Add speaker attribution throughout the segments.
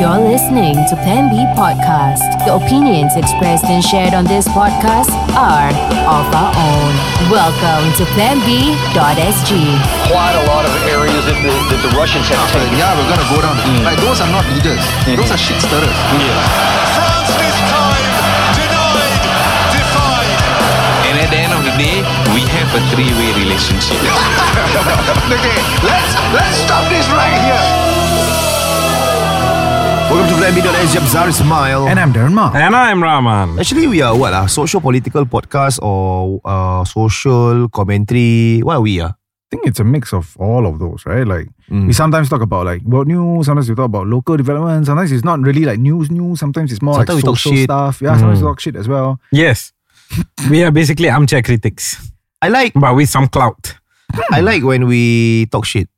Speaker 1: You're listening to Plan B Podcast. The opinions expressed and shared on this podcast are of our own. Welcome to PlanB.sg.
Speaker 2: quite a lot of areas that the, that the Russians have
Speaker 3: Uh,
Speaker 2: taken.
Speaker 3: yeah, we're gonna go down. Like those are not leaders. Those are shit stirrers.
Speaker 4: France this time denied, defied.
Speaker 5: And at the end of the day, we have a three-way relationship.
Speaker 3: Okay, let's let's stop this right here. Welcome to Plan B. As Jabzar Ismail.
Speaker 6: And I'm Dharma.
Speaker 7: And I'm Rahman.
Speaker 3: Actually, we are what ah social political podcast or uh, social commentary. What are we ah?
Speaker 6: I think it's a mix of all of those, right? Like
Speaker 3: Mm.
Speaker 6: we sometimes talk about like world news, sometimes we talk about local developments, sometimes it's not really like news news, sometimes it's more
Speaker 3: Sometimes we
Speaker 6: like
Speaker 3: talk
Speaker 6: social
Speaker 3: shit. Mm.
Speaker 6: stuff. Yeah, sometimes we talk shit as well.
Speaker 7: Yes. we are basically armchair critics,
Speaker 3: I like
Speaker 7: but with some clout. Hmm.
Speaker 3: I like when we talk shit.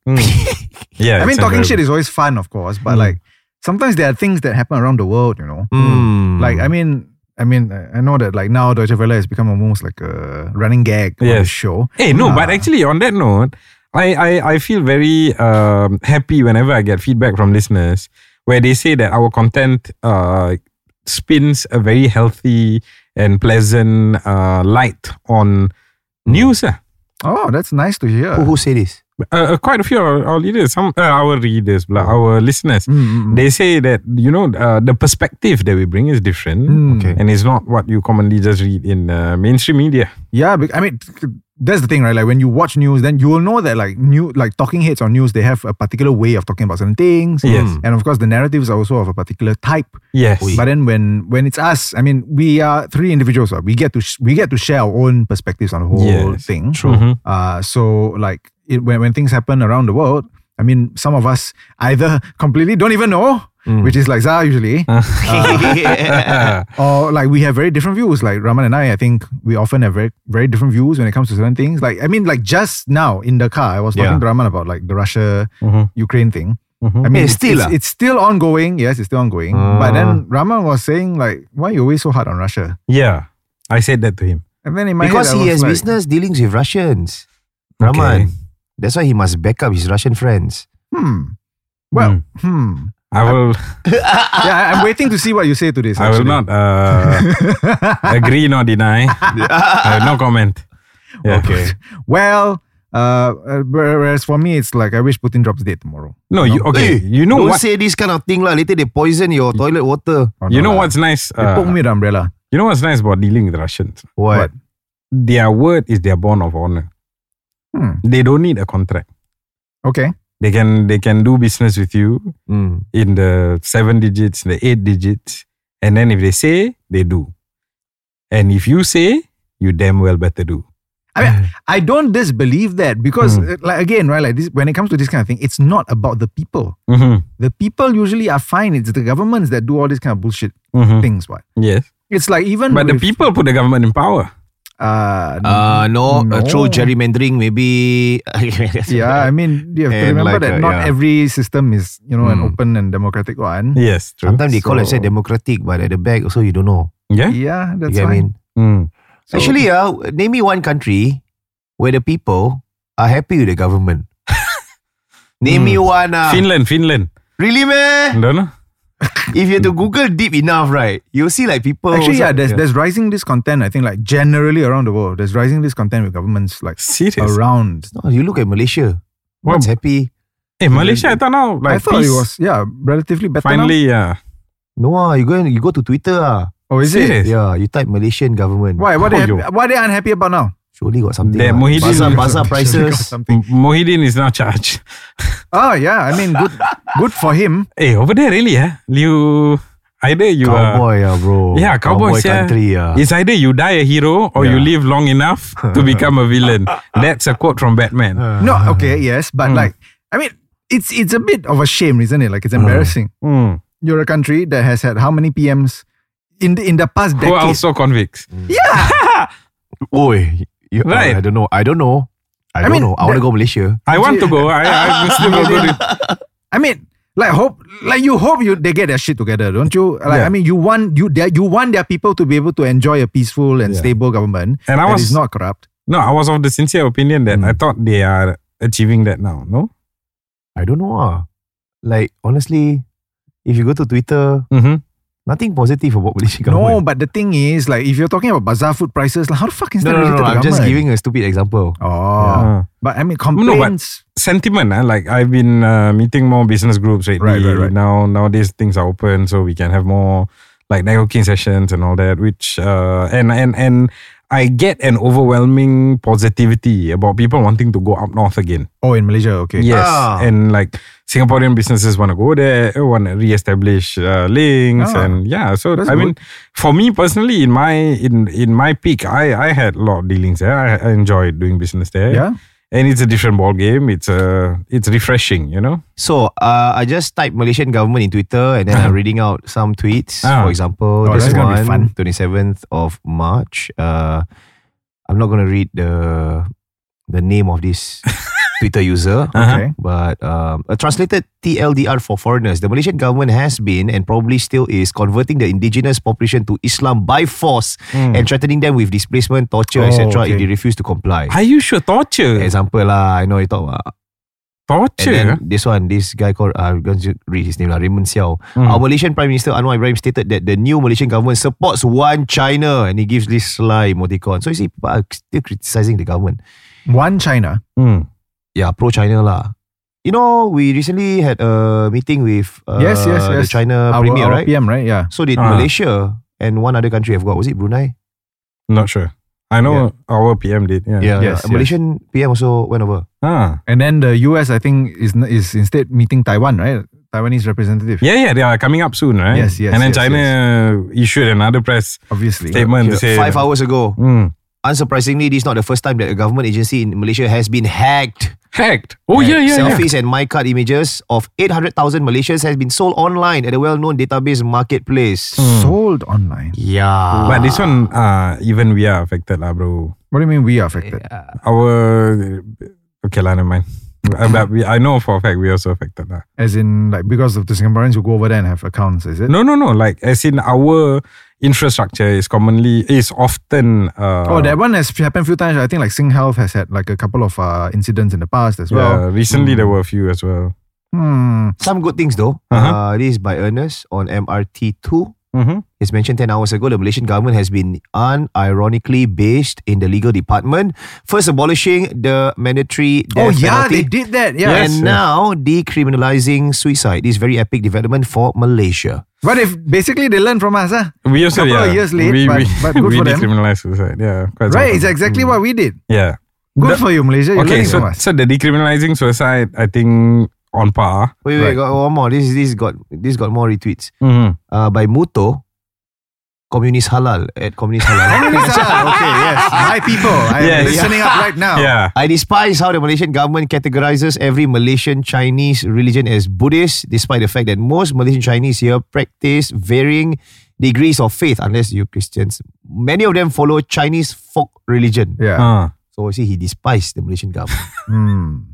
Speaker 7: Yeah.
Speaker 6: I mean talking shit is always fun, of course, but like sometimes there are things that happen around the world, you know.
Speaker 3: Mm.
Speaker 6: Hmm. Like I mean I mean I I know that like now Deutsche Welle has become almost like a running gag on the
Speaker 7: Yes.
Speaker 6: show.
Speaker 7: Hey, Eh, no, but
Speaker 6: Ah.
Speaker 7: actually, on that note, I, I, I feel very um, happy whenever I get feedback from listeners where they say that our content uh, spins a very healthy and pleasant uh, light on news. ah.
Speaker 6: Oh, that's nice to hear.
Speaker 3: who who say this?
Speaker 7: Uh, uh, quite a few of our, our leaders, some uh, our readers, blah,
Speaker 6: Mm.
Speaker 7: our listeners, they say that you know uh, the perspective that we bring is different,
Speaker 6: Mm.
Speaker 3: Okay.
Speaker 7: and it's not what you commonly just read in uh, mainstream media.
Speaker 6: Yeah, bec- I mean, that's the thing, right? Like when you watch news, then you will know that like new, like talking heads on news, they have a particular way of talking about certain things.
Speaker 7: Yes.
Speaker 6: and of course the narratives are also of a particular type.
Speaker 7: Mm. Yes,
Speaker 6: But then when when it's us, I mean, we are three individuals. Right? We get to sh- we get to share our own perspectives on the whole
Speaker 7: Yes,
Speaker 6: thing.
Speaker 7: true. Mhm.
Speaker 6: Uh, so like it, when when things happen around the world, I mean, some of us either completely don't even know,
Speaker 7: Mm.
Speaker 6: which is like Zah usually, Uh, or like we have very different views. Like Raman and I, I think we often have very very different views when it comes to certain things. Like I mean, like just now in the car, I was talking
Speaker 3: Yeah.
Speaker 6: to Raman about like the Russia Ukraine thing. I
Speaker 3: Yeah,
Speaker 6: mean,
Speaker 3: it's still
Speaker 6: it's,
Speaker 3: ah.
Speaker 6: it's still ongoing. Yes, it's still ongoing. But then Raman was saying like, why are you always so hard on Russia?
Speaker 7: yeah, I said that to him.
Speaker 6: And then in my
Speaker 3: Because
Speaker 6: head, I
Speaker 3: he
Speaker 6: was
Speaker 3: has
Speaker 6: like,
Speaker 3: business dealings with Russians.
Speaker 7: Okay.
Speaker 3: Raman. That's why he must back up his Russian friends.
Speaker 6: Hmm. Well, hmm.
Speaker 7: I will,
Speaker 6: Yeah, I, I'm waiting to see what you say to this.
Speaker 7: I will
Speaker 6: actually.
Speaker 7: not uh, agree nor deny. I will no comment. Yeah.
Speaker 3: Okay.
Speaker 6: Well, uh, uh, whereas for me, it's like I wish Putin drops dead tomorrow.
Speaker 7: No, you okay?
Speaker 3: Hey,
Speaker 7: you know
Speaker 3: Don't
Speaker 7: what?
Speaker 3: say this kind of thing lah. Later they poison your toilet water.
Speaker 6: Or Oh,
Speaker 7: You
Speaker 6: no
Speaker 7: know
Speaker 6: lah.
Speaker 7: what's nice?
Speaker 6: They
Speaker 7: uh,
Speaker 6: poke me with umbrella.
Speaker 7: you know what's nice about dealing with Russians?
Speaker 3: What?
Speaker 7: Their word is their bond of honor.
Speaker 6: Hmm.
Speaker 7: They don't need a contract.
Speaker 6: Okay.
Speaker 7: They can they can do business with you
Speaker 3: Mm.
Speaker 7: in the seven digits, the eight digits, and then if they say, they do. And if you say, you damn well better do.
Speaker 6: I mean, I don't disbelieve that because, uh, like again, right? Like this, when it comes to this kind of thing, it's not about the people.
Speaker 7: Mm-hmm.
Speaker 6: The people usually are fine. It's the governments that do all these kind of bullshit things. What?
Speaker 7: Mm-hmm. Yes,
Speaker 6: It's like even
Speaker 7: Mm. but the
Speaker 6: with,
Speaker 7: people put the government in power.
Speaker 6: Uh,
Speaker 3: Uh, no, uh, through
Speaker 6: No.
Speaker 3: gerrymandering maybe.
Speaker 6: yeah, I mean, you have to
Speaker 3: And
Speaker 6: remember
Speaker 3: like,
Speaker 6: that
Speaker 3: uh,
Speaker 6: not
Speaker 3: yeah.
Speaker 6: every system is you know an
Speaker 3: Hmm.
Speaker 6: open and democratic one.
Speaker 7: Yes, true.
Speaker 3: Sometimes they call
Speaker 6: So-
Speaker 3: it say democratic, but at the back also you don't know.
Speaker 7: Yeah.
Speaker 6: Yeah, that's
Speaker 3: you get what I
Speaker 6: fine.
Speaker 3: mean?
Speaker 7: Mm.
Speaker 6: So-
Speaker 3: Actually, uh, name me one country where the people are happy with the government. name me
Speaker 6: Hmm.
Speaker 3: one. Uh,
Speaker 7: Finland, Finland.
Speaker 3: really, man?
Speaker 7: Don't know.
Speaker 3: If you have to Google deep enough, right, you'll see like people.
Speaker 6: Actually, yeah,
Speaker 3: also-
Speaker 6: there's there's rising discontent. I think like generally around the world, there's rising discontent with governments like
Speaker 7: Serious.
Speaker 6: around.
Speaker 3: No, you look at Malaysia.
Speaker 7: What?
Speaker 3: What's happy?
Speaker 7: Hey, Malaysia, I thought now
Speaker 6: I
Speaker 7: like
Speaker 6: thought
Speaker 7: peace.
Speaker 6: it was yeah relatively better. now.
Speaker 7: finally. Yeah.
Speaker 3: No, ah, you go and, you go to Twitter. Ah.
Speaker 6: Oh, is it?
Speaker 7: Serious.
Speaker 3: Yeah, you type Malaysian government.
Speaker 6: Why? What
Speaker 7: Oh,
Speaker 6: they
Speaker 7: yo.
Speaker 6: happy, what they unhappy about now?
Speaker 3: Surely got something. ah.
Speaker 7: That Muhyiddin-
Speaker 3: Bazaar,
Speaker 7: Surely
Speaker 3: bazaar prices.
Speaker 6: Something.
Speaker 7: M- Mohideen is now charged.
Speaker 6: Oh yeah, I mean, good, good for him.
Speaker 7: Hey, over there really? Yeah. You either you are.
Speaker 3: Cowboy, ah, bro.
Speaker 7: Yeah, cowboys. yeah.
Speaker 3: country. ah.
Speaker 7: It's either you die a hero or you live long enough to become a villain. That's a quote from Batman.
Speaker 3: Uh,
Speaker 6: No, okay, yes, but
Speaker 3: Hmm.
Speaker 6: like, I mean, it's it's a bit of a shame, isn't it? Like, it's
Speaker 3: Hmm.
Speaker 6: embarrassing.
Speaker 7: Mm.
Speaker 6: You're a country that has had how many PMs in the, in the past
Speaker 7: Who are
Speaker 6: decade?
Speaker 7: also convicts.
Speaker 3: Oi, you,
Speaker 7: Right.
Speaker 3: I don't know. I don't know. I, don't
Speaker 6: mean,
Speaker 3: know. I want to
Speaker 6: that-
Speaker 3: go Malaysia.
Speaker 7: I want to go. I, I still go to the-
Speaker 6: I mean, like hope, like you hope you they get their shit together, don't you? Like, I mean, you want you their, you want their people to be able to enjoy a peaceful and stable government
Speaker 7: And I
Speaker 6: that
Speaker 7: was-
Speaker 6: is not Hmm. corrupt.
Speaker 7: No, I was of the sincere opinion that I thought they are achieving that now. No,
Speaker 3: I don't know. Ah. Like honestly, if you go to Twitter,
Speaker 7: Mm-hmm.
Speaker 3: nothing positive about Malaysian
Speaker 6: No,
Speaker 3: government.
Speaker 6: but the thing is, like, if you're talking about bazaar food prices, like, how the fuck is
Speaker 3: no,
Speaker 6: that
Speaker 3: no, no,
Speaker 6: related
Speaker 3: no,
Speaker 6: to
Speaker 3: I'm just
Speaker 6: government?
Speaker 3: giving a stupid example.
Speaker 6: Oh,
Speaker 7: Uh,
Speaker 6: but I mean
Speaker 7: but-
Speaker 6: complaints.
Speaker 7: sentiment. ah, Like I've been uh, meeting more business groups lately.
Speaker 6: Right, right, right.
Speaker 7: Now nowadays things are open, so we can have more like networking sessions and all that. Which uh, and and and I get an overwhelming positivity about people wanting to go up north again.
Speaker 6: oh, in Malaysia, okay.
Speaker 7: Yes,
Speaker 3: Ah.
Speaker 7: and like Singaporean businesses want to go there, want to reestablish uh, links,
Speaker 6: Ah.
Speaker 7: and yeah. So
Speaker 6: That's
Speaker 7: I mean, for me personally, in my in in my peak, I I had a lot of dealings there. I, I enjoyed doing business there.
Speaker 6: Yeah.
Speaker 7: and it's a different ball game. It's uh it's refreshing, you know.
Speaker 3: So uh, I just typed Malaysian government in Twitter and then I'm reading out some tweets.
Speaker 7: Ah.
Speaker 3: For example,
Speaker 6: Oh,
Speaker 3: this
Speaker 6: that's gonna be fun.
Speaker 3: one, 27th of March. Uh, I'm not going to read the the name of this Twitter user.
Speaker 6: Okay.
Speaker 3: But um, uh, translated TLDR for foreigners, the Malaysian government has been and probably still is converting the indigenous population to Islam by force and threatening them with displacement, torture,
Speaker 6: Hmm. Oh,
Speaker 3: etc. if
Speaker 6: okay.
Speaker 3: they refuse to comply.
Speaker 7: Uh-huh. Are you sure torture?
Speaker 3: Example lah, I know you talk about. And
Speaker 7: torture.
Speaker 3: then this one, this guy called, uh, I'm going to read his name lah, Raymond Xiao.
Speaker 6: Hmm.
Speaker 7: Mm.
Speaker 3: Our Malaysian Prime Minister Anwar Ibrahim stated that the new Malaysian government supports one China and he gives this sly emoticon. So you see, people are still criticizing the government.
Speaker 6: One China.
Speaker 7: Mm.
Speaker 3: Yeah, pro-China lah. You know, we recently had a meeting with uh,
Speaker 6: yes, yes, yes.
Speaker 3: the China
Speaker 6: our,
Speaker 3: Premier,
Speaker 6: our
Speaker 3: right?
Speaker 6: PM, right? Yeah.
Speaker 3: So did
Speaker 7: Ah.
Speaker 3: Malaysia and one other country have got, was it Brunei?
Speaker 7: Not sure. I know our PM did. Yeah.
Speaker 6: Uh, Yes,
Speaker 3: a Malaysian PM also went over.
Speaker 7: Ah.
Speaker 6: And then the US, I think, is n- is instead meeting Taiwan, right? Taiwanese representative,
Speaker 7: Yeah, yeah, they are coming up soon, right?
Speaker 6: Yes, yes,
Speaker 7: And then
Speaker 6: yes,
Speaker 7: China issued another press
Speaker 6: obviously.
Speaker 7: statement to say
Speaker 3: Five hours ago.
Speaker 7: Mm.
Speaker 3: Unsurprisingly, this is not the first time that a government agency in Malaysia has been hacked.
Speaker 7: Hacked. Oh yeah, yeah, yeah.
Speaker 3: Selfies and my card images of 800,000 Malaysians has been sold online at a well-known database marketplace.
Speaker 6: Sold online.
Speaker 3: Yeah.
Speaker 7: Hmm. But
Speaker 6: Ah.
Speaker 7: this one, uh, even we are affected, lah, bro.
Speaker 6: What do you mean we are affected?
Speaker 7: Our okay, lah, never mind. Uh, but we, I know for a fact we also affected, lah.
Speaker 6: As in, like, because of the Singaporeans who go over there and have accounts, is it?
Speaker 7: No, no, no. Like as in our infrastructure is commonly is often. Uh,
Speaker 6: Oh, that one has happened a few times. I think like SingHealth has had like a couple of uh, incidents in the past as
Speaker 7: Yeah,
Speaker 6: well. Mm.
Speaker 7: recently there were a few as well.
Speaker 6: Hmm.
Speaker 3: Some good things though.
Speaker 7: Uh-huh.
Speaker 3: Uh, this is by Ernest on MRT2.
Speaker 7: Mm-hmm.
Speaker 3: It's mentioned 10 hours ago, the Malaysian government has been unironically based in the legal department, first abolishing the mandatory
Speaker 6: Oh,
Speaker 3: death
Speaker 6: yeah,
Speaker 3: penalty.
Speaker 6: they did that. Yeah.
Speaker 3: and now decriminalizing suicide. This very epic development for Malaysia.
Speaker 6: But if basically they learn from us, huh?
Speaker 7: We also
Speaker 6: Couple
Speaker 7: yeah,
Speaker 6: of years late,
Speaker 7: we,
Speaker 6: but-
Speaker 7: we,
Speaker 6: but good
Speaker 7: we
Speaker 6: for them.
Speaker 7: decriminalize suicide. Yeah, quite
Speaker 6: right?
Speaker 7: often.
Speaker 6: It's exactly what we did.
Speaker 7: Yeah.
Speaker 6: Good
Speaker 7: hmm. The-
Speaker 6: for you, Malaysia. You're
Speaker 7: Okay,
Speaker 6: learning
Speaker 7: so
Speaker 6: from us.
Speaker 7: so the decriminalizing suicide, I think on par.
Speaker 3: Wait, wait,
Speaker 7: Right.
Speaker 3: got one more. This this got this got more retweets.
Speaker 7: Mm-hmm.
Speaker 3: Uh, by Muto, Communist Halal at Communist Halal.
Speaker 6: Communist, ah, okay, yes. My people, I am
Speaker 7: Yes.
Speaker 6: listening up right now.
Speaker 7: Yeah.
Speaker 3: I despise how the Malaysian government categorizes every Malaysian Chinese religion as Buddhist, despite the fact that most Malaysian Chinese here practice varying degrees of faith, unless you Christians. Many of them follow Chinese folk religion.
Speaker 6: Yeah.
Speaker 7: Ah.
Speaker 3: So you see, he despised the Malaysian government.
Speaker 6: Hmm.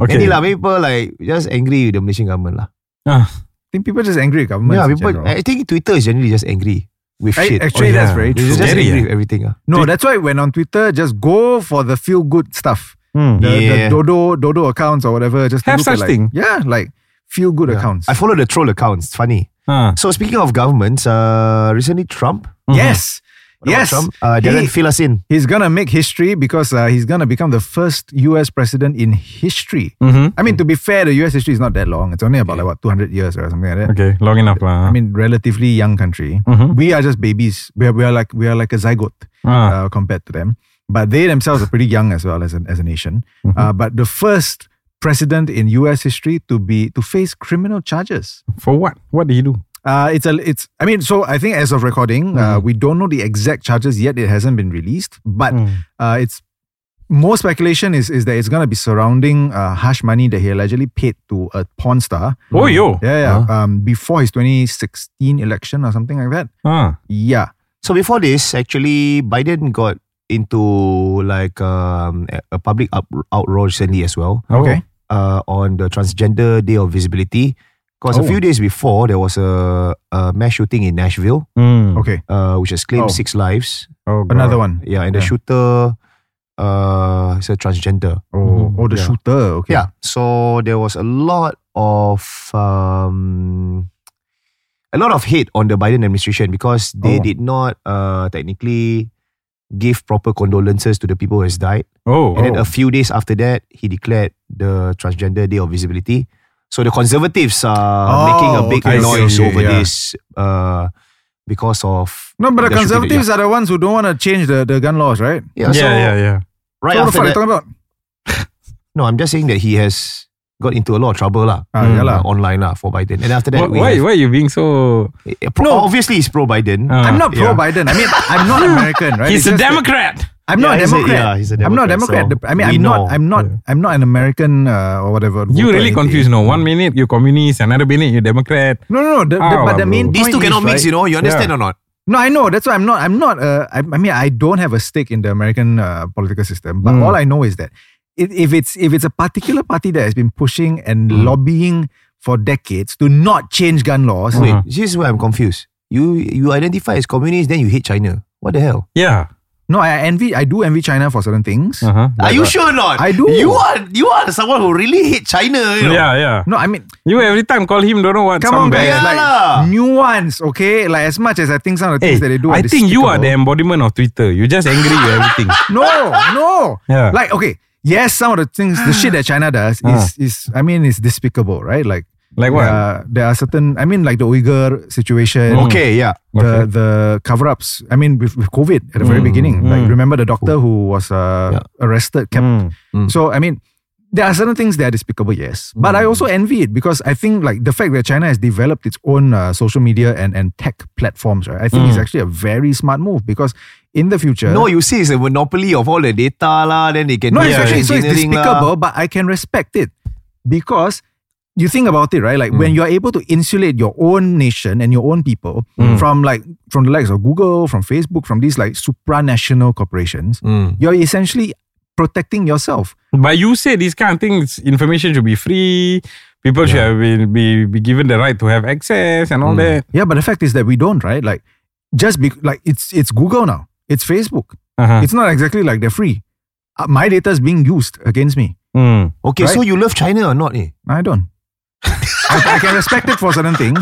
Speaker 7: okay.
Speaker 3: Many lah, many people like just angry with the Malaysian government lah.
Speaker 7: Ah.
Speaker 6: I think people are just angry at government.
Speaker 3: yeah, people. I think Twitter is generally just angry with shit.
Speaker 6: actually,
Speaker 7: Oh,
Speaker 6: that's
Speaker 7: yeah.
Speaker 6: very
Speaker 3: They're
Speaker 6: true.
Speaker 3: just
Speaker 7: Scary,
Speaker 3: angry
Speaker 7: eh?
Speaker 3: with everything. Ah.
Speaker 6: no, that's why when on Twitter, just go for the feel good stuff.
Speaker 7: Hmm.
Speaker 6: The,
Speaker 3: Yeah.
Speaker 6: the Dodo Dodo accounts or whatever. Just to
Speaker 7: Have
Speaker 6: look
Speaker 7: such
Speaker 6: at, like,
Speaker 7: thing?
Speaker 6: Yeah, like feel good accounts.
Speaker 3: I follow the troll accounts. It's funny.
Speaker 7: Ah.
Speaker 3: So speaking of governments, uh, recently Trump.
Speaker 6: yes.
Speaker 3: What about
Speaker 6: yes.
Speaker 3: Trump? Uh,
Speaker 6: He-
Speaker 3: Darren, fill us in.
Speaker 6: He's gonna make history because uh, he's gonna become the first U.S. president in history.
Speaker 7: Mhm.
Speaker 3: Mm-hmm.
Speaker 6: I mean, to be fair, the U.S. history is not that long. It's only about like what 200 years or something like that.
Speaker 7: Okay, long enough lah.
Speaker 6: I mean, relatively young country.
Speaker 7: Mhm.
Speaker 6: We are just babies. We are, we are like we are like a zygote uh,
Speaker 7: Ah.
Speaker 6: compared to them. But they themselves are pretty young as well as an, as a nation. Uh, but the first president in U.S. history to be to face criminal charges.
Speaker 7: for what? What did he do?
Speaker 6: Uh, it's a it's. I mean, so I think as of recording, uh, we don't know the exact charges yet. It hasn't been released,
Speaker 7: Mm.
Speaker 6: but
Speaker 7: Hmm.
Speaker 6: uh, it's more speculation is is that it's gonna be surrounding uh, hush money that he allegedly paid to a porn star.
Speaker 7: Oh yo.
Speaker 6: Yeah, yeah. Um, before his 2016 election or something like that.
Speaker 7: Ah.
Speaker 6: Yeah.
Speaker 3: So before this, actually, Biden got into like um, a- a public up- outroar recently as well
Speaker 7: Oh.
Speaker 6: Okay.
Speaker 3: uh, on the Transgender Day of Visibility. Because a
Speaker 6: Oh.
Speaker 3: few days before, there was a, a mass shooting in Nashville,
Speaker 7: Mm.
Speaker 6: Okay.
Speaker 3: uh, which has
Speaker 6: Oh.
Speaker 3: claimed six lives.
Speaker 7: Oh, God.
Speaker 6: Another one.
Speaker 3: Yeah, and the
Speaker 6: Yeah.
Speaker 3: shooter uh, is a transgender.
Speaker 6: Oh, oh, the
Speaker 3: Mm-hmm. Yeah.
Speaker 6: shooter. Okay.
Speaker 3: Yeah. So there was a lot of um, a lot of hate on the Biden administration because they
Speaker 7: Oh.
Speaker 3: did not uh, technically give proper condolences to the people who has died.
Speaker 7: Oh,
Speaker 3: And then
Speaker 7: oh.
Speaker 3: a few days after that, he declared the Transgender Day of Visibility. So the conservatives are
Speaker 6: Oh,
Speaker 3: making a big
Speaker 7: okay. I see,
Speaker 3: noise
Speaker 6: okay,
Speaker 3: over
Speaker 6: yeah.
Speaker 3: this uh, because of
Speaker 6: No, but the
Speaker 3: They're shooting it,
Speaker 6: conservatives are the ones who don't want to change the, the gun laws, right?
Speaker 3: yeah. so
Speaker 7: oh. yeah, yeah, yeah.
Speaker 3: Right
Speaker 6: so what the fuck
Speaker 3: after
Speaker 6: are you
Speaker 3: that,
Speaker 6: talking about?
Speaker 3: no, I'm just saying that he has got into a lot of trouble lah.
Speaker 6: Ah, yeah lah.
Speaker 3: uh, online lah for Biden. And after that,
Speaker 7: Why,
Speaker 3: we
Speaker 7: why,
Speaker 3: have-
Speaker 7: why you being so?
Speaker 3: Eh, pro- obviously he's pro Biden.
Speaker 7: Uh,
Speaker 6: I'm not pro
Speaker 3: yeah.
Speaker 6: Biden. I mean, I'm not American, right?
Speaker 7: He's
Speaker 6: It's
Speaker 7: a
Speaker 6: just that-
Speaker 7: Democrat.
Speaker 6: I'm not a
Speaker 3: Yeah, he's a-
Speaker 6: Democrat.
Speaker 3: yeah, he's a
Speaker 6: I'm not a
Speaker 3: Democrat,
Speaker 6: Democrat.
Speaker 3: so
Speaker 6: I mean,
Speaker 3: we
Speaker 6: I'm
Speaker 3: know.
Speaker 6: not. I'm not. I'm not an American uh, or whatever.
Speaker 7: You
Speaker 6: voter or anything.
Speaker 7: really confused. No, one minute you communist, another minute you Democrat.
Speaker 6: No, no, no. The, the,
Speaker 7: Ah,
Speaker 6: but the
Speaker 7: bro.
Speaker 6: main
Speaker 3: These two
Speaker 6: point
Speaker 3: cannot
Speaker 6: is,
Speaker 3: mix,
Speaker 6: right,
Speaker 3: you know. You understand
Speaker 7: Yeah.
Speaker 3: or not?
Speaker 6: No, I know. That's why I'm not. I'm not. Uh, I, I mean, I don't have a stake in the American uh, political system. But
Speaker 7: Mm.
Speaker 6: all I know is that if, if it's if it's a particular party that has been pushing and
Speaker 7: Hmm.
Speaker 6: lobbying for decades to not change gun laws,
Speaker 3: Wait,
Speaker 7: Uh-huh.
Speaker 3: this is where I'm confused. You you identify as communist, then you hate China. What the hell?
Speaker 7: Yeah.
Speaker 6: no, I envy. I do envy China for certain things.
Speaker 7: Uh-huh.
Speaker 3: Are you sure or not?
Speaker 6: I do.
Speaker 3: You are you are someone who really hate China. You know?
Speaker 7: Yeah, yeah.
Speaker 6: No, I mean,
Speaker 7: You every time call him, don't know what.
Speaker 6: come on,
Speaker 7: some guy-
Speaker 6: guys.
Speaker 3: Yeah
Speaker 6: Like
Speaker 3: lah.
Speaker 6: nuance, okay? Like as much as I think some of the
Speaker 7: Hey,
Speaker 6: things that they do, are
Speaker 7: I think you are the
Speaker 6: despicable-
Speaker 7: embodiment of Twitter. You just angry with everything.
Speaker 6: No, no.
Speaker 7: Yeah. Hmm.
Speaker 6: Like, okay, yes, some of the things, the shit that China does is, is I mean, it's despicable, right? Like,
Speaker 7: Like what?
Speaker 6: Uh, there are certain, I mean, like the Uyghur situation.
Speaker 7: Mm.
Speaker 3: Okay, yeah.
Speaker 6: The, the cover ups, I mean, with, with COVID at the
Speaker 7: Mm.
Speaker 6: very beginning. Like, remember the doctor who was uh, arrested, kept.
Speaker 7: Mm. Mm.
Speaker 6: So, I mean, there are certain things that are despicable, yes. But I also envy it because I think, like, the fact that China has developed its own uh, social media and, and tech platforms, right? I
Speaker 7: Mm.
Speaker 6: think it's actually a very smart move because in the future.
Speaker 3: No, you see, it's a monopoly of all the data lah. Then they can
Speaker 6: No,
Speaker 3: do
Speaker 6: it's
Speaker 3: their
Speaker 6: actually so it's
Speaker 3: engineering lah.
Speaker 6: despicable, but I can respect it because you think about it, right? Like
Speaker 3: Hmm.
Speaker 6: when you are able to insulate your own nation and your own people
Speaker 3: Hmm.
Speaker 6: from like from the likes of Google, from Facebook, from these like supranational corporations,
Speaker 3: Hmm.
Speaker 6: you're essentially protecting yourself.
Speaker 7: But you say these kind of things, information should be free. People should have been be, be given the right to have access and all that.
Speaker 6: Yeah, but the fact is that we don't, right? Like just be like it's it's Google now, it's Facebook.
Speaker 7: Uh-huh.
Speaker 6: It's not exactly like they're free. Uh, My data is being used against me.
Speaker 7: Mm.
Speaker 3: Okay,
Speaker 6: Right?
Speaker 3: so you love China or not? Eh?
Speaker 6: I don't. I, I can respect it for certain things.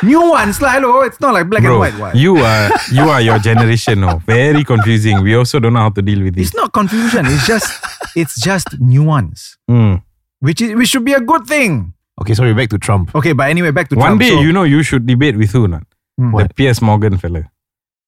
Speaker 6: Nuance, lah. Hello, it's not like black and
Speaker 7: Bro,
Speaker 6: white. Why?
Speaker 7: you are you are your generation now. Very confusing. We also don't know how to deal with this.
Speaker 6: it's not confusion. It's just, it's just nuance,
Speaker 7: Mm.
Speaker 6: which is which should be a good thing.
Speaker 3: Okay, sorry, back to Trump.
Speaker 6: Okay, but anyway, back to
Speaker 7: One
Speaker 6: Trump.
Speaker 7: day,
Speaker 6: So-
Speaker 7: you know, you should debate with who, not?
Speaker 6: Hmm.
Speaker 7: The Piers Morgan fella.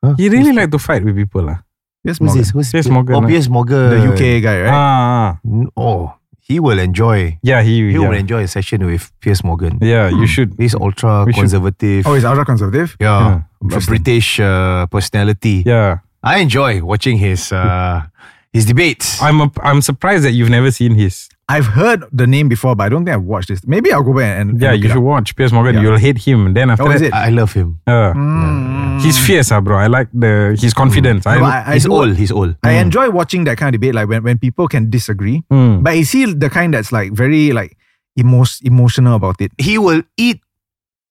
Speaker 3: Huh?
Speaker 7: He really like to fight with people. lah.
Speaker 6: yes,
Speaker 3: Who's
Speaker 6: Morgan,
Speaker 3: this? Who's
Speaker 7: Piers Morgan,
Speaker 3: Oh,
Speaker 7: right?
Speaker 3: Piers Morgan.
Speaker 7: uh,
Speaker 6: the UK guy, right?
Speaker 7: Ah, ah.
Speaker 3: N- Oh, he will enjoy.
Speaker 7: yeah, he.
Speaker 3: He will
Speaker 7: Yeah.
Speaker 3: enjoy a session with Piers Morgan.
Speaker 7: yeah,
Speaker 6: Hmm.
Speaker 7: you should.
Speaker 3: He's ultra
Speaker 7: We should-
Speaker 3: conservative.
Speaker 6: oh, he's ultra conservative.
Speaker 3: Yeah, a
Speaker 6: Interesting.
Speaker 3: British uh, personality.
Speaker 7: Yeah,
Speaker 3: I enjoy watching his uh, his debates.
Speaker 7: I'm. A, I'm surprised that you've never seen his.
Speaker 6: I've heard the name before, but I don't think I've watched this. Maybe I'll go back and, and
Speaker 7: Yeah,
Speaker 6: look
Speaker 7: you
Speaker 6: it
Speaker 7: should
Speaker 6: up.
Speaker 7: watch Piers Morgan.
Speaker 6: Yeah.
Speaker 7: You'll hate him. Then
Speaker 6: Oh,
Speaker 7: after
Speaker 6: is it?
Speaker 7: that,
Speaker 3: I love him.
Speaker 7: Uh,
Speaker 6: Mm.
Speaker 7: he's
Speaker 3: Hmm.
Speaker 7: fierce, ah, bro. I like the his confidence.
Speaker 6: No,
Speaker 7: I,
Speaker 6: I-
Speaker 3: he's
Speaker 6: do-
Speaker 3: old. He's old. Hmm.
Speaker 7: Hmm.
Speaker 6: I enjoy watching that kind of debate, like when, when people can disagree.
Speaker 3: Hmm.
Speaker 7: Mm.
Speaker 6: But is he the kind that's like very like emo- emotional about it?
Speaker 3: He will eat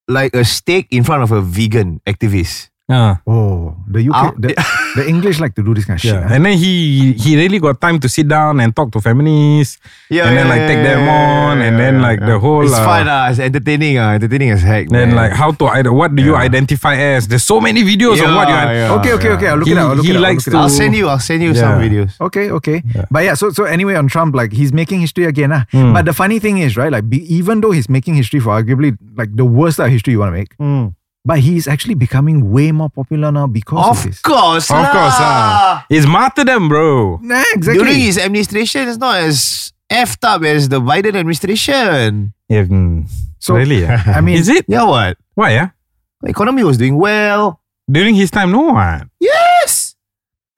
Speaker 3: like a steak in front of a vegan activist.
Speaker 7: Ah,
Speaker 6: Oh, the UK,
Speaker 3: Ah,
Speaker 6: the, the English like to do this kind of shit.
Speaker 7: yeah.
Speaker 6: huh?
Speaker 7: And then he he really got time to sit down and talk to feminists.
Speaker 3: Yeah,
Speaker 7: and then like take them on, and then like the whole.
Speaker 3: It's
Speaker 7: uh,
Speaker 3: fun. Uh, it's entertaining. Uh, entertaining as heck. man.
Speaker 7: Then like how to ide- what do you identify as? There's so many videos of what you.
Speaker 3: Yeah,
Speaker 7: Ad-
Speaker 3: yeah.
Speaker 6: Okay, okay, okay. I'll look
Speaker 7: He-
Speaker 6: it up. I'll look
Speaker 7: he
Speaker 6: it up, I'll
Speaker 7: likes
Speaker 6: look it up.
Speaker 3: I'll send you. I'll send you some
Speaker 7: Yeah. Oh,
Speaker 3: videos.
Speaker 6: Okay, okay. But yeah, so so anyway, on Trump, like he's making history again. Ah. But the funny thing is, right, like be, even though he's making history for arguably like the worst type of history you want to make,
Speaker 7: Hmm.
Speaker 6: but he's actually becoming way more popular now because of, this.
Speaker 3: Of course,
Speaker 7: Of course, ah,
Speaker 3: lah.
Speaker 7: it's martyrdom, bro.
Speaker 6: Nah, exactly.
Speaker 3: During his administration, it's not as effed up as the Biden administration.
Speaker 7: Yeah,
Speaker 3: hmm.
Speaker 7: mm.
Speaker 6: So-
Speaker 7: really? Yeah.
Speaker 6: I mean,
Speaker 7: Is it?
Speaker 3: Yeah, what?
Speaker 7: Why? Yeah.
Speaker 3: The economy was doing well.
Speaker 7: During his time, no one.
Speaker 3: Yes,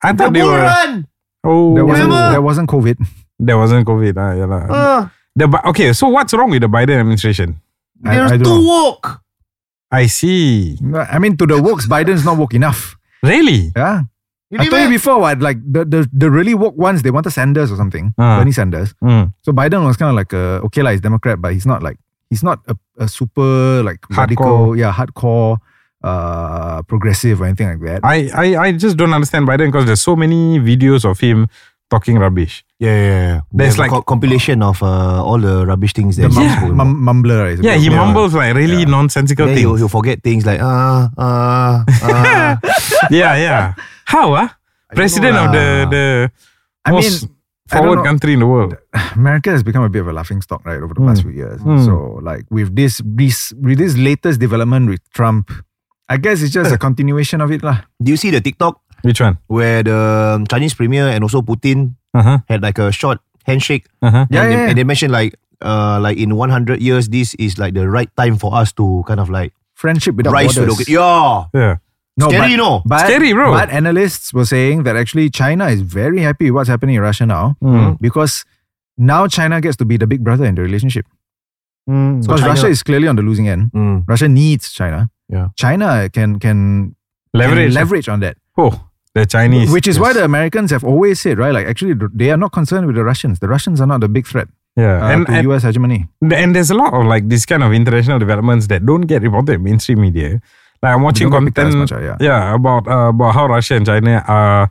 Speaker 7: I
Speaker 3: the
Speaker 7: thought they
Speaker 3: bull
Speaker 7: were.
Speaker 3: run.
Speaker 7: Oh,
Speaker 6: there wasn't
Speaker 3: Remember?
Speaker 6: there wasn't COVID.
Speaker 7: there wasn't COVID. Ah, yeah, lah.
Speaker 3: Uh,
Speaker 7: The Bi- okay, so what's wrong with the Biden administration?
Speaker 6: I- I
Speaker 3: they're
Speaker 6: don't
Speaker 3: too
Speaker 6: know.
Speaker 3: woke.
Speaker 7: I see.
Speaker 6: No, I mean, to the works, Biden's not woke enough.
Speaker 7: Really?
Speaker 6: Yeah,
Speaker 3: You
Speaker 6: I
Speaker 3: know
Speaker 6: told you
Speaker 3: what?
Speaker 6: before. What like the the, the really woke ones? They wanted Sanders or something.
Speaker 7: Ah.
Speaker 6: Bernie Sanders.
Speaker 7: Mm.
Speaker 6: So Biden was kind of like a okay like he's Democrat, but he's not like he's not a, a super like radical, yeah, hardcore, uh, progressive or anything like that.
Speaker 7: I, I I just don't understand Biden because there's so many videos of him talking rubbish.
Speaker 3: Yeah, yeah, yeah.
Speaker 7: There's
Speaker 3: There's like
Speaker 7: like-
Speaker 3: co- compilation of uh, all the rubbish things that
Speaker 6: mum-
Speaker 3: he's spoken about.
Speaker 6: mum- mumbler. is a
Speaker 7: Yeah,
Speaker 6: bit
Speaker 7: he
Speaker 6: of-
Speaker 7: mumbles like really nonsensical
Speaker 3: Then he'll,
Speaker 7: things.
Speaker 3: he'll forget things like ah ah ah.
Speaker 7: yeah, yeah. How ah? President of the
Speaker 3: lah.
Speaker 7: the
Speaker 6: I mean,
Speaker 7: most
Speaker 6: I don't
Speaker 7: forward
Speaker 6: know.
Speaker 7: country in the world.
Speaker 6: America has become a bit of a laughing stock, right, over the past few years. So, like with this, this with this latest development with Trump, I guess it's just a continuation of it, lah.
Speaker 3: Do you see the TikTok
Speaker 7: Which one?
Speaker 3: where the um, Chinese premier and also Putin
Speaker 7: Uh
Speaker 6: Uh-huh,
Speaker 7: huh.
Speaker 3: had like a short handshake?
Speaker 7: Uh huh.
Speaker 6: Yeah,
Speaker 3: and,
Speaker 6: yeah,
Speaker 3: they,
Speaker 6: yeah.
Speaker 3: and they mentioned like uh like in 100 years this is like the right time for us to kind of like
Speaker 6: Friendship without
Speaker 3: rise to
Speaker 6: borders.
Speaker 3: the yeah.
Speaker 7: Yeah.
Speaker 6: No,
Speaker 3: Scary,
Speaker 6: but,
Speaker 3: you know.
Speaker 6: But,
Speaker 7: Scary, bro.
Speaker 6: But analysts were saying that actually China is very happy with what's happening in Russia now
Speaker 7: Hmm.
Speaker 6: because now China gets to be the big brother in the relationship.
Speaker 3: So
Speaker 6: Because
Speaker 3: China-
Speaker 6: Russia is clearly on the losing end.
Speaker 3: Mm.
Speaker 6: Russia needs China.
Speaker 7: Yeah.
Speaker 6: China can can can
Speaker 7: Leverage.
Speaker 6: leverage on that,
Speaker 7: Oh, the Chinese.
Speaker 6: which is why
Speaker 7: Yes.
Speaker 6: the Americans have always said, right? Like actually, th- they are not concerned with the Russians. The Russians are not the big threat
Speaker 7: yeah.
Speaker 6: uh,
Speaker 7: and,
Speaker 6: to
Speaker 7: and,
Speaker 6: U.S. hegemony.
Speaker 7: and there's a lot of like this kind of international developments that don't get reported in mainstream media. Like I'm watching
Speaker 6: don't get picked up as
Speaker 7: content,
Speaker 6: much, ah,
Speaker 7: yeah, about uh, about how Russia and China are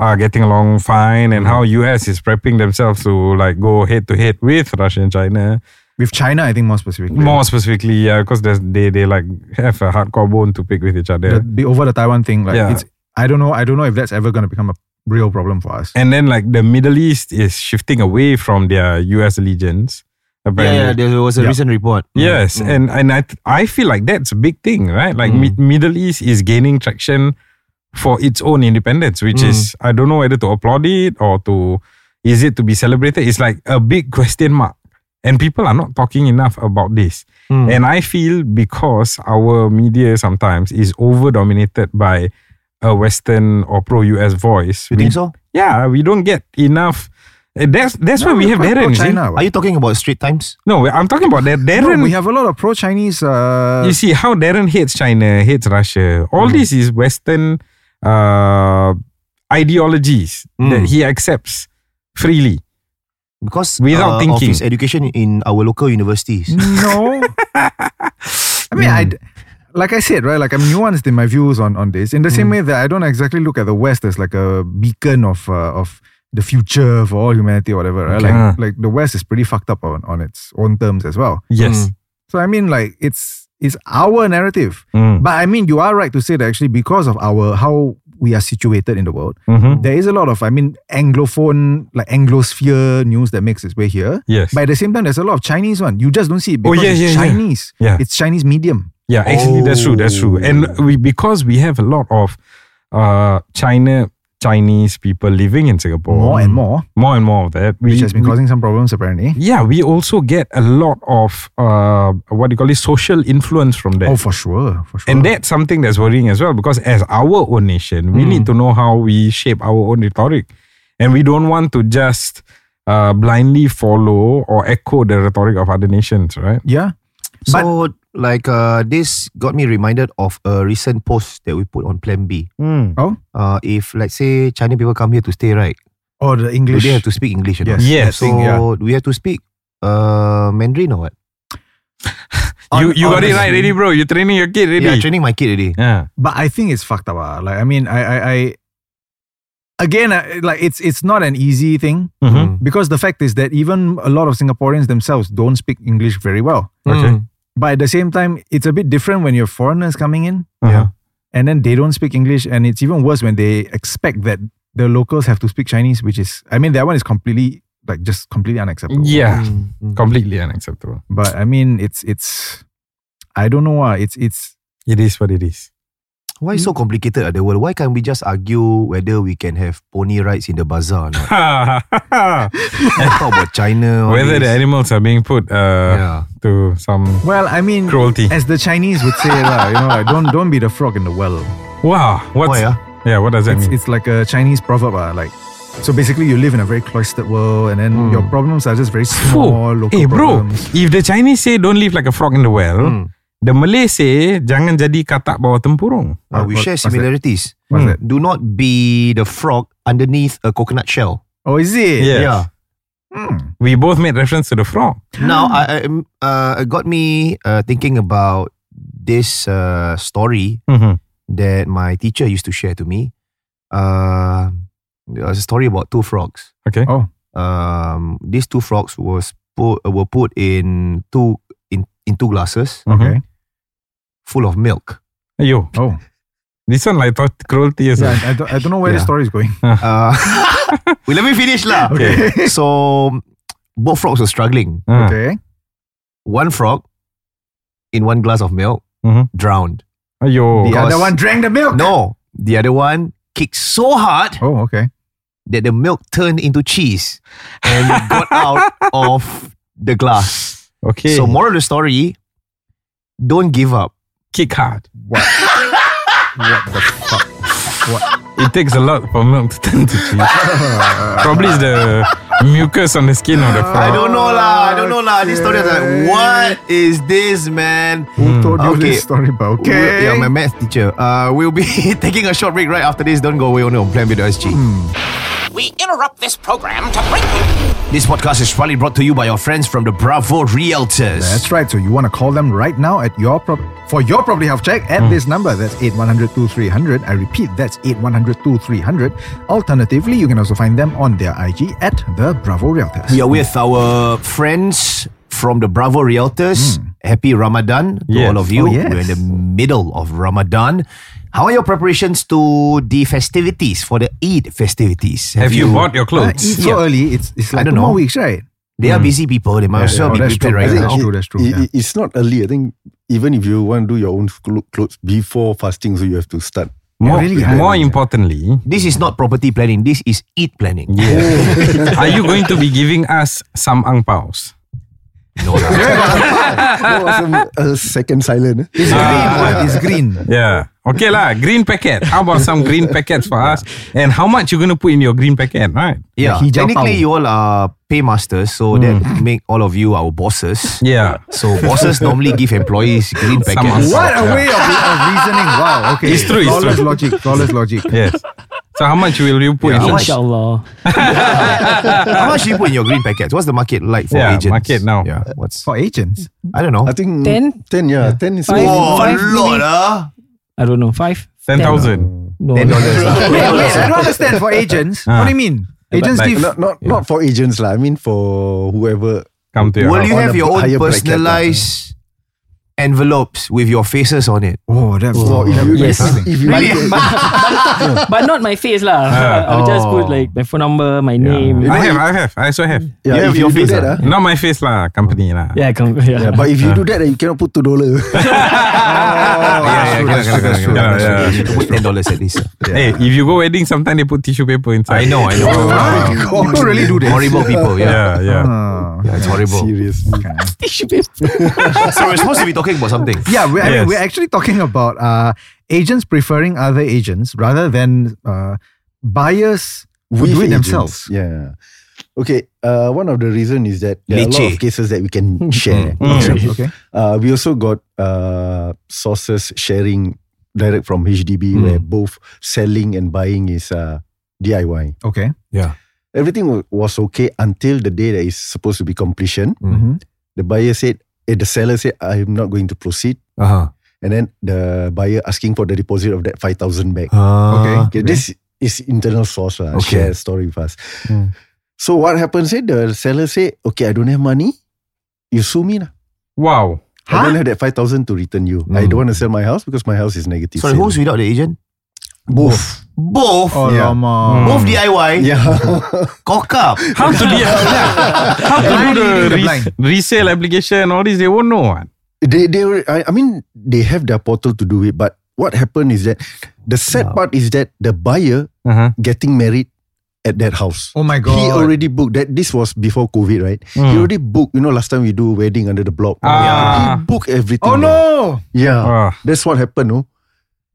Speaker 7: are getting along fine, and how US is prepping themselves to like go head to head with Russia and China.
Speaker 6: With China, I think more specifically,
Speaker 7: More specifically, yeah, because they they like have a hardcore bone to pick with each other.
Speaker 6: the, the over the Taiwan thing. Like
Speaker 7: Yeah.
Speaker 6: it's, I don't know, I don't know if that's ever going to become a real problem for us.
Speaker 7: And then like the Middle East is shifting away from their US allegiance.
Speaker 3: Yeah,
Speaker 7: Apparently.
Speaker 3: yeah, there was a
Speaker 6: Yeah.
Speaker 3: recent report.
Speaker 7: Yes,
Speaker 3: Mm.
Speaker 7: and and I th- I feel like that's a big thing, right? Like Mid- Middle East is gaining traction for its own independence, which is I don't know whether to applaud it or to is it to be celebrated. It's like a big question mark, and people are not talking enough about this. And I feel because our media sometimes is over dominated by a Western or pro US voice.
Speaker 3: You think so?
Speaker 7: Yeah, we don't get enough. eh, That's that's why we have
Speaker 6: Quite
Speaker 7: Darren. see?
Speaker 6: pro-China, what?
Speaker 3: Are you talking about Straits Times?
Speaker 7: No, I'm talking about that
Speaker 6: No,
Speaker 7: Darren.
Speaker 6: we have a lot of pro Chinese. Uh,
Speaker 7: you see how Darren hates China, hates Russia. All
Speaker 6: Mm-hmm.
Speaker 7: this is Western uh, ideologies
Speaker 6: Mm.
Speaker 7: that he accepts freely.
Speaker 3: Because
Speaker 7: Without
Speaker 3: uh, of
Speaker 7: thinking.
Speaker 3: his education in our local universities.
Speaker 6: no, I mean, I like I said, right? Like I'm nuanced in my views on on this. In the same way that I don't exactly look at the West as like a beacon of uh, of the future for all humanity or whatever. Right?
Speaker 7: Okay.
Speaker 6: Like
Speaker 7: Ah.
Speaker 6: like the West is pretty fucked up on on its own terms as well.
Speaker 7: Yes.
Speaker 6: So I mean, like it's it's our narrative.
Speaker 7: Mm.
Speaker 6: But I mean, you are right to say that actually because of our how we are situated in the world,
Speaker 7: Mhm.
Speaker 6: there is a lot of I mean Anglophone like Anglosphere news that makes its way here.
Speaker 7: Yes.
Speaker 6: But at the same time, there's a lot of Chinese one. You just don't see it
Speaker 7: Oh,
Speaker 6: because
Speaker 7: yeah,
Speaker 6: it's
Speaker 7: yeah, yeah.
Speaker 6: Chinese.
Speaker 7: Yeah.
Speaker 6: It's Chinese medium.
Speaker 7: Yeah, actually, that's true. That's true. And
Speaker 6: Oh.
Speaker 7: we because we have a lot of uh, China Chinese people living in Singapore,
Speaker 6: More and more,
Speaker 7: more and more of that, we,
Speaker 6: which has been
Speaker 7: we-
Speaker 6: causing some problems apparently.
Speaker 7: yeah, we also get a lot of uh, what do you call it, social influence from that.
Speaker 6: Oh, for sure, for sure.
Speaker 7: And that's something that's worrying as well because as our own nation, we need to know how we shape our own rhetoric. And we don't want to just uh, blindly follow or echo the rhetoric of other nations, right?
Speaker 6: yeah, But-
Speaker 3: So like uh, this got me reminded of a recent post that we put on Plan B.
Speaker 7: Hmm.
Speaker 6: Oh.
Speaker 3: Uh, if let's say China people come here to stay, right?
Speaker 6: or Oh, the
Speaker 3: Do
Speaker 6: English.
Speaker 3: they have to speak English? or not?
Speaker 6: Yes.
Speaker 7: Yes.
Speaker 3: So
Speaker 6: thing, yeah.
Speaker 3: do we have to speak uh, Mandarin or what?
Speaker 7: you
Speaker 6: On-
Speaker 7: you got it right
Speaker 6: honestly.
Speaker 7: already, bro. You're training your kid already.
Speaker 3: Yeah, I'm training my kid already.
Speaker 7: Yeah.
Speaker 6: But I think it's fucked up. ah. Like I mean, I, I, I again, I, like it's it's not an easy thing
Speaker 7: Mhm.
Speaker 3: Hmm.
Speaker 6: because the fact is that even a lot of Singaporeans themselves don't speak English very well.
Speaker 7: Okay.
Speaker 3: Mm.
Speaker 6: But at the same time, it's a bit different when you have foreigners coming in.
Speaker 7: Uh-huh.
Speaker 6: and then they don't speak English, and it's even worse when they expect that the locals have to speak Chinese, which is, I mean, that one is completely like just completely unacceptable.
Speaker 7: Yeah.
Speaker 3: Mm, mm.
Speaker 7: Completely unacceptable.
Speaker 6: but I mean, it's it's, I don't know why it's it's
Speaker 7: It is what it is.
Speaker 3: Why so complicated at the world? Why can't we just argue whether we can have pony rides in the bazaar or not? Talk about China. all
Speaker 7: Whether the
Speaker 3: this.
Speaker 7: animals are being put uh,
Speaker 3: yeah.
Speaker 7: to some.
Speaker 6: well, I mean,
Speaker 7: Cruelty.
Speaker 6: as the Chinese would say, lah, you know, like, don't don't be the frog in the well.
Speaker 7: Wow. What's,
Speaker 3: Why, ah?
Speaker 7: Yeah, what does that
Speaker 6: It's
Speaker 7: mean?
Speaker 6: it's like a Chinese proverb, ah, like. So basically, you live in a very cloistered world, and then your problems are just very small
Speaker 7: Fuh.
Speaker 6: Oh, local
Speaker 7: eh, Hmm. bro,
Speaker 6: problems. Hmm.
Speaker 7: if the Chinese say don't live like a frog in the well, the Malay say jangan jadi katak bawah tempurung.
Speaker 3: Uh, we
Speaker 6: What-
Speaker 3: share
Speaker 6: what's that?
Speaker 3: similarities.
Speaker 6: What's
Speaker 7: Hmm.
Speaker 3: Mm.
Speaker 6: that?
Speaker 3: Do not be the frog underneath a coconut shell.
Speaker 6: Oh, is it? Hmm.
Speaker 7: Yes.
Speaker 3: Yeah.
Speaker 7: We both made reference to the frog.
Speaker 3: Now, I, I um, uh, it got me uh, thinking about this uh, story
Speaker 7: Mm-hmm.
Speaker 3: that my teacher used to share to me. Uh, There's a story about two frogs.
Speaker 7: Okay.
Speaker 6: Oh.
Speaker 3: Um, these two frogs was put, uh, were put in two in, in two glasses
Speaker 6: Okay.
Speaker 3: full of milk.
Speaker 7: Yo,
Speaker 6: Oh.
Speaker 7: this one like thought cruelty is
Speaker 6: Yeah, I, I don't, I don't know where the
Speaker 3: Yeah.
Speaker 6: story is going.
Speaker 3: Uh, well, let me finish lah.
Speaker 7: Okay.
Speaker 3: So both frogs were struggling.
Speaker 7: Ah,
Speaker 6: Okay.
Speaker 3: One frog in one glass of milk
Speaker 6: Mm-hmm.
Speaker 7: Mhm.
Speaker 3: drowned.
Speaker 7: Yo.
Speaker 6: The
Speaker 3: Because-
Speaker 6: other one drank the milk.
Speaker 3: No, the other one kicked so hard
Speaker 6: Oh, okay.
Speaker 3: that the milk turned into cheese and got out of the glass.
Speaker 7: Okay.
Speaker 3: So, moral of the story: don't give up.
Speaker 7: kick hard.
Speaker 6: What? what the fuck? What?
Speaker 7: It takes a lot for milk to turn to cheese. Probably it's the mucus on the skin of the
Speaker 3: I
Speaker 7: frog.
Speaker 3: don't know lah. I don't know lah. This story is like, what is this, man?
Speaker 6: Who told you
Speaker 3: Hmm. Okay.
Speaker 6: this story? But okay.
Speaker 3: We'll- yeah, my math teacher. Uh, we'll be taking a short break right after this. Don't go away only on Plan B SG.
Speaker 6: Hmm.
Speaker 8: We interrupt this program to bring you.
Speaker 3: This podcast is proudly brought to you by your friends from the Bravo Realtors.
Speaker 6: That's right. So you want to call them right now at your prop- for your property health check
Speaker 3: Hmm.
Speaker 6: at this number. That's 8100-2300. I repeat, that's 8100-2300. Alternatively, you can also find them on their IG at the Bravo Realtors.
Speaker 3: We are with our friends from the Bravo Realtors. Happy Ramadan to
Speaker 7: Yes.
Speaker 3: all of you.
Speaker 6: Oh, Hmm. yes.
Speaker 3: We're in the middle of Ramadan. How are your preparations to the festivities, for the Eid festivities?
Speaker 7: Have you bought your
Speaker 6: Uh,
Speaker 7: clothes?
Speaker 6: it's so
Speaker 3: Yeah.
Speaker 6: early. It's it's
Speaker 3: I
Speaker 6: like
Speaker 3: don't
Speaker 6: two more
Speaker 3: know.
Speaker 6: weeks, right?
Speaker 3: They are busy people. They might as well
Speaker 6: Hmm. Yeah, Oh,
Speaker 3: be
Speaker 6: that's
Speaker 3: prepared
Speaker 6: true.
Speaker 3: right
Speaker 6: I think
Speaker 3: now.
Speaker 6: it's true, that's true,
Speaker 9: It,
Speaker 6: yeah.
Speaker 9: it- it's not early. I think even if you want to do your own clo- clothes before fasting, so you have to start.
Speaker 7: More,
Speaker 6: really, yeah.
Speaker 7: more importantly,
Speaker 3: This is not property planning. This is Eid planning.
Speaker 7: are you going to be giving us some ang paos?
Speaker 3: No, lah.
Speaker 9: That was a, a second silent. eh?
Speaker 6: It's green.
Speaker 3: Ah.
Speaker 6: what? It's green.
Speaker 7: Yeah. Okay lah, green packet. How about some green packets for us? And how much you gonna put in your green packet, right?
Speaker 3: yeah.
Speaker 6: Hijau
Speaker 3: Technically,
Speaker 6: pau.
Speaker 3: you all are paymasters, so
Speaker 6: Hmm.
Speaker 3: that make all of you our bosses.
Speaker 7: Yeah.
Speaker 3: So bosses normally give employees green
Speaker 7: Some
Speaker 3: packets.
Speaker 7: answer.
Speaker 6: What a way of, of reasoning. Wow. Okay.
Speaker 7: It's true, it's
Speaker 6: Flawless
Speaker 7: true.
Speaker 6: logic. Flawless logic.
Speaker 7: Yes. So how much will you put
Speaker 3: Yeah,
Speaker 7: in?
Speaker 3: how much-
Speaker 10: Inshallah.
Speaker 3: How much do you put in your green packets? What's the market like for
Speaker 7: Yeah,
Speaker 3: agents?
Speaker 7: market now.
Speaker 3: Yeah, what's
Speaker 6: For agents.
Speaker 3: I don't know.
Speaker 9: I think
Speaker 10: Ten?
Speaker 9: ten, yeah, ten is
Speaker 10: Five?
Speaker 9: more.
Speaker 3: Oh,
Speaker 10: Five
Speaker 3: a lot,
Speaker 10: million.
Speaker 3: ah.
Speaker 10: I don't know. Five?
Speaker 7: Ten thousand.
Speaker 10: No.
Speaker 3: Ten dollars.
Speaker 6: Wait, wait, I don't understand. For agents. What do you mean? Agents give.
Speaker 7: Like-
Speaker 9: Not not not for agents lah. I mean for whoever.
Speaker 7: Come to your
Speaker 3: Will
Speaker 7: house.
Speaker 3: you
Speaker 9: On
Speaker 3: have
Speaker 9: a
Speaker 3: your own
Speaker 9: higher bracket,
Speaker 3: personalized envelopes with your faces on it?
Speaker 6: oh, that's.
Speaker 9: Or if you,
Speaker 10: Yes.
Speaker 9: if you
Speaker 10: But not my face lah.
Speaker 7: Ah,
Speaker 10: I'll just
Speaker 3: oh.
Speaker 10: put like my phone number, my name.
Speaker 7: I have, I have, I also have.
Speaker 3: You
Speaker 9: yeah,
Speaker 3: have
Speaker 9: if you
Speaker 3: your
Speaker 9: do
Speaker 3: face,
Speaker 9: that,
Speaker 3: ah.
Speaker 9: ah,
Speaker 7: Not my face lah, company lah.
Speaker 10: Yeah, come, yeah.
Speaker 9: yeah, but if you do that, then you cannot put two
Speaker 3: Oh,
Speaker 9: dollar.
Speaker 3: yeah,
Speaker 6: that's
Speaker 3: yeah, cannot,
Speaker 6: true, that's
Speaker 3: cannot,
Speaker 6: true,
Speaker 3: cannot,
Speaker 7: that's
Speaker 3: cannot.
Speaker 7: true,
Speaker 3: You should put ten dollars at least.
Speaker 7: Hey, if you go wedding, sometimes they put tissue paper inside.
Speaker 3: I know, I know.
Speaker 6: People really do this.
Speaker 3: Oh Horrible people, yeah.
Speaker 7: Yeah, yeah.
Speaker 6: Uh,
Speaker 3: Yeah, it's horrible.
Speaker 9: Seriously.
Speaker 3: So we're supposed to be talking about something.
Speaker 6: Yeah, we're, I mean,
Speaker 7: Yes.
Speaker 6: we're actually talking about uh, agents preferring other agents rather than uh, buyers who
Speaker 9: with
Speaker 6: do it
Speaker 9: agents.
Speaker 6: themselves.
Speaker 9: Yeah. Okay. Uh, one of the reason is that there are a lot
Speaker 3: Leceh.
Speaker 9: of cases that we can share.
Speaker 6: Okay. okay.
Speaker 9: Uh, we also got uh, sources sharing direct from HDB
Speaker 3: Hmm.
Speaker 9: where both selling and buying is uh, DIY.
Speaker 6: Okay.
Speaker 9: Everything wa- was okay until the day that is supposed to be completion.
Speaker 3: Mm-hmm.
Speaker 6: Mhm.
Speaker 9: The buyer said, eh, the seller said, I'm not going to proceed.
Speaker 3: Uh-huh.
Speaker 9: And then the buyer asking for the deposit of that 5,000 back.
Speaker 3: Uh,
Speaker 9: Okay, this is internal source lah.
Speaker 3: Okay. Hmm.
Speaker 9: Share story with us. So what happens? Say the seller say, okay, I don't have money. You sue me lah.
Speaker 7: Wow.
Speaker 9: I don't have that five thousand to return you. I
Speaker 3: Mm.
Speaker 9: don't want to sell my house because my house is negative.
Speaker 3: Sorry,
Speaker 9: sale.
Speaker 3: who's without the agent?
Speaker 9: both?
Speaker 3: Both.
Speaker 6: Oh,
Speaker 9: Yeah.
Speaker 6: Lama.
Speaker 3: Both DIY.
Speaker 9: Yeah,
Speaker 3: Cock up.
Speaker 7: How to be How
Speaker 6: Blind
Speaker 7: to do
Speaker 6: leading
Speaker 7: the
Speaker 6: the
Speaker 7: res-
Speaker 6: blind.
Speaker 7: resale application? All this they won't know. what.
Speaker 9: they they. were- I, I mean, they have their portal to do it, but what happened is that the sad part is that the buyer
Speaker 7: Uh-huh.
Speaker 9: getting married at that house.
Speaker 6: Oh my
Speaker 9: He
Speaker 6: god. Hmm.
Speaker 9: already booked that. This was before COVID, right? He
Speaker 7: Mm.
Speaker 9: already booked. You know, last time we do wedding under the block.
Speaker 7: Ah.
Speaker 9: He booked everything.
Speaker 6: Oh no.
Speaker 9: Yeah.
Speaker 3: Uh-huh.
Speaker 7: Ah.
Speaker 9: That's what happened, no?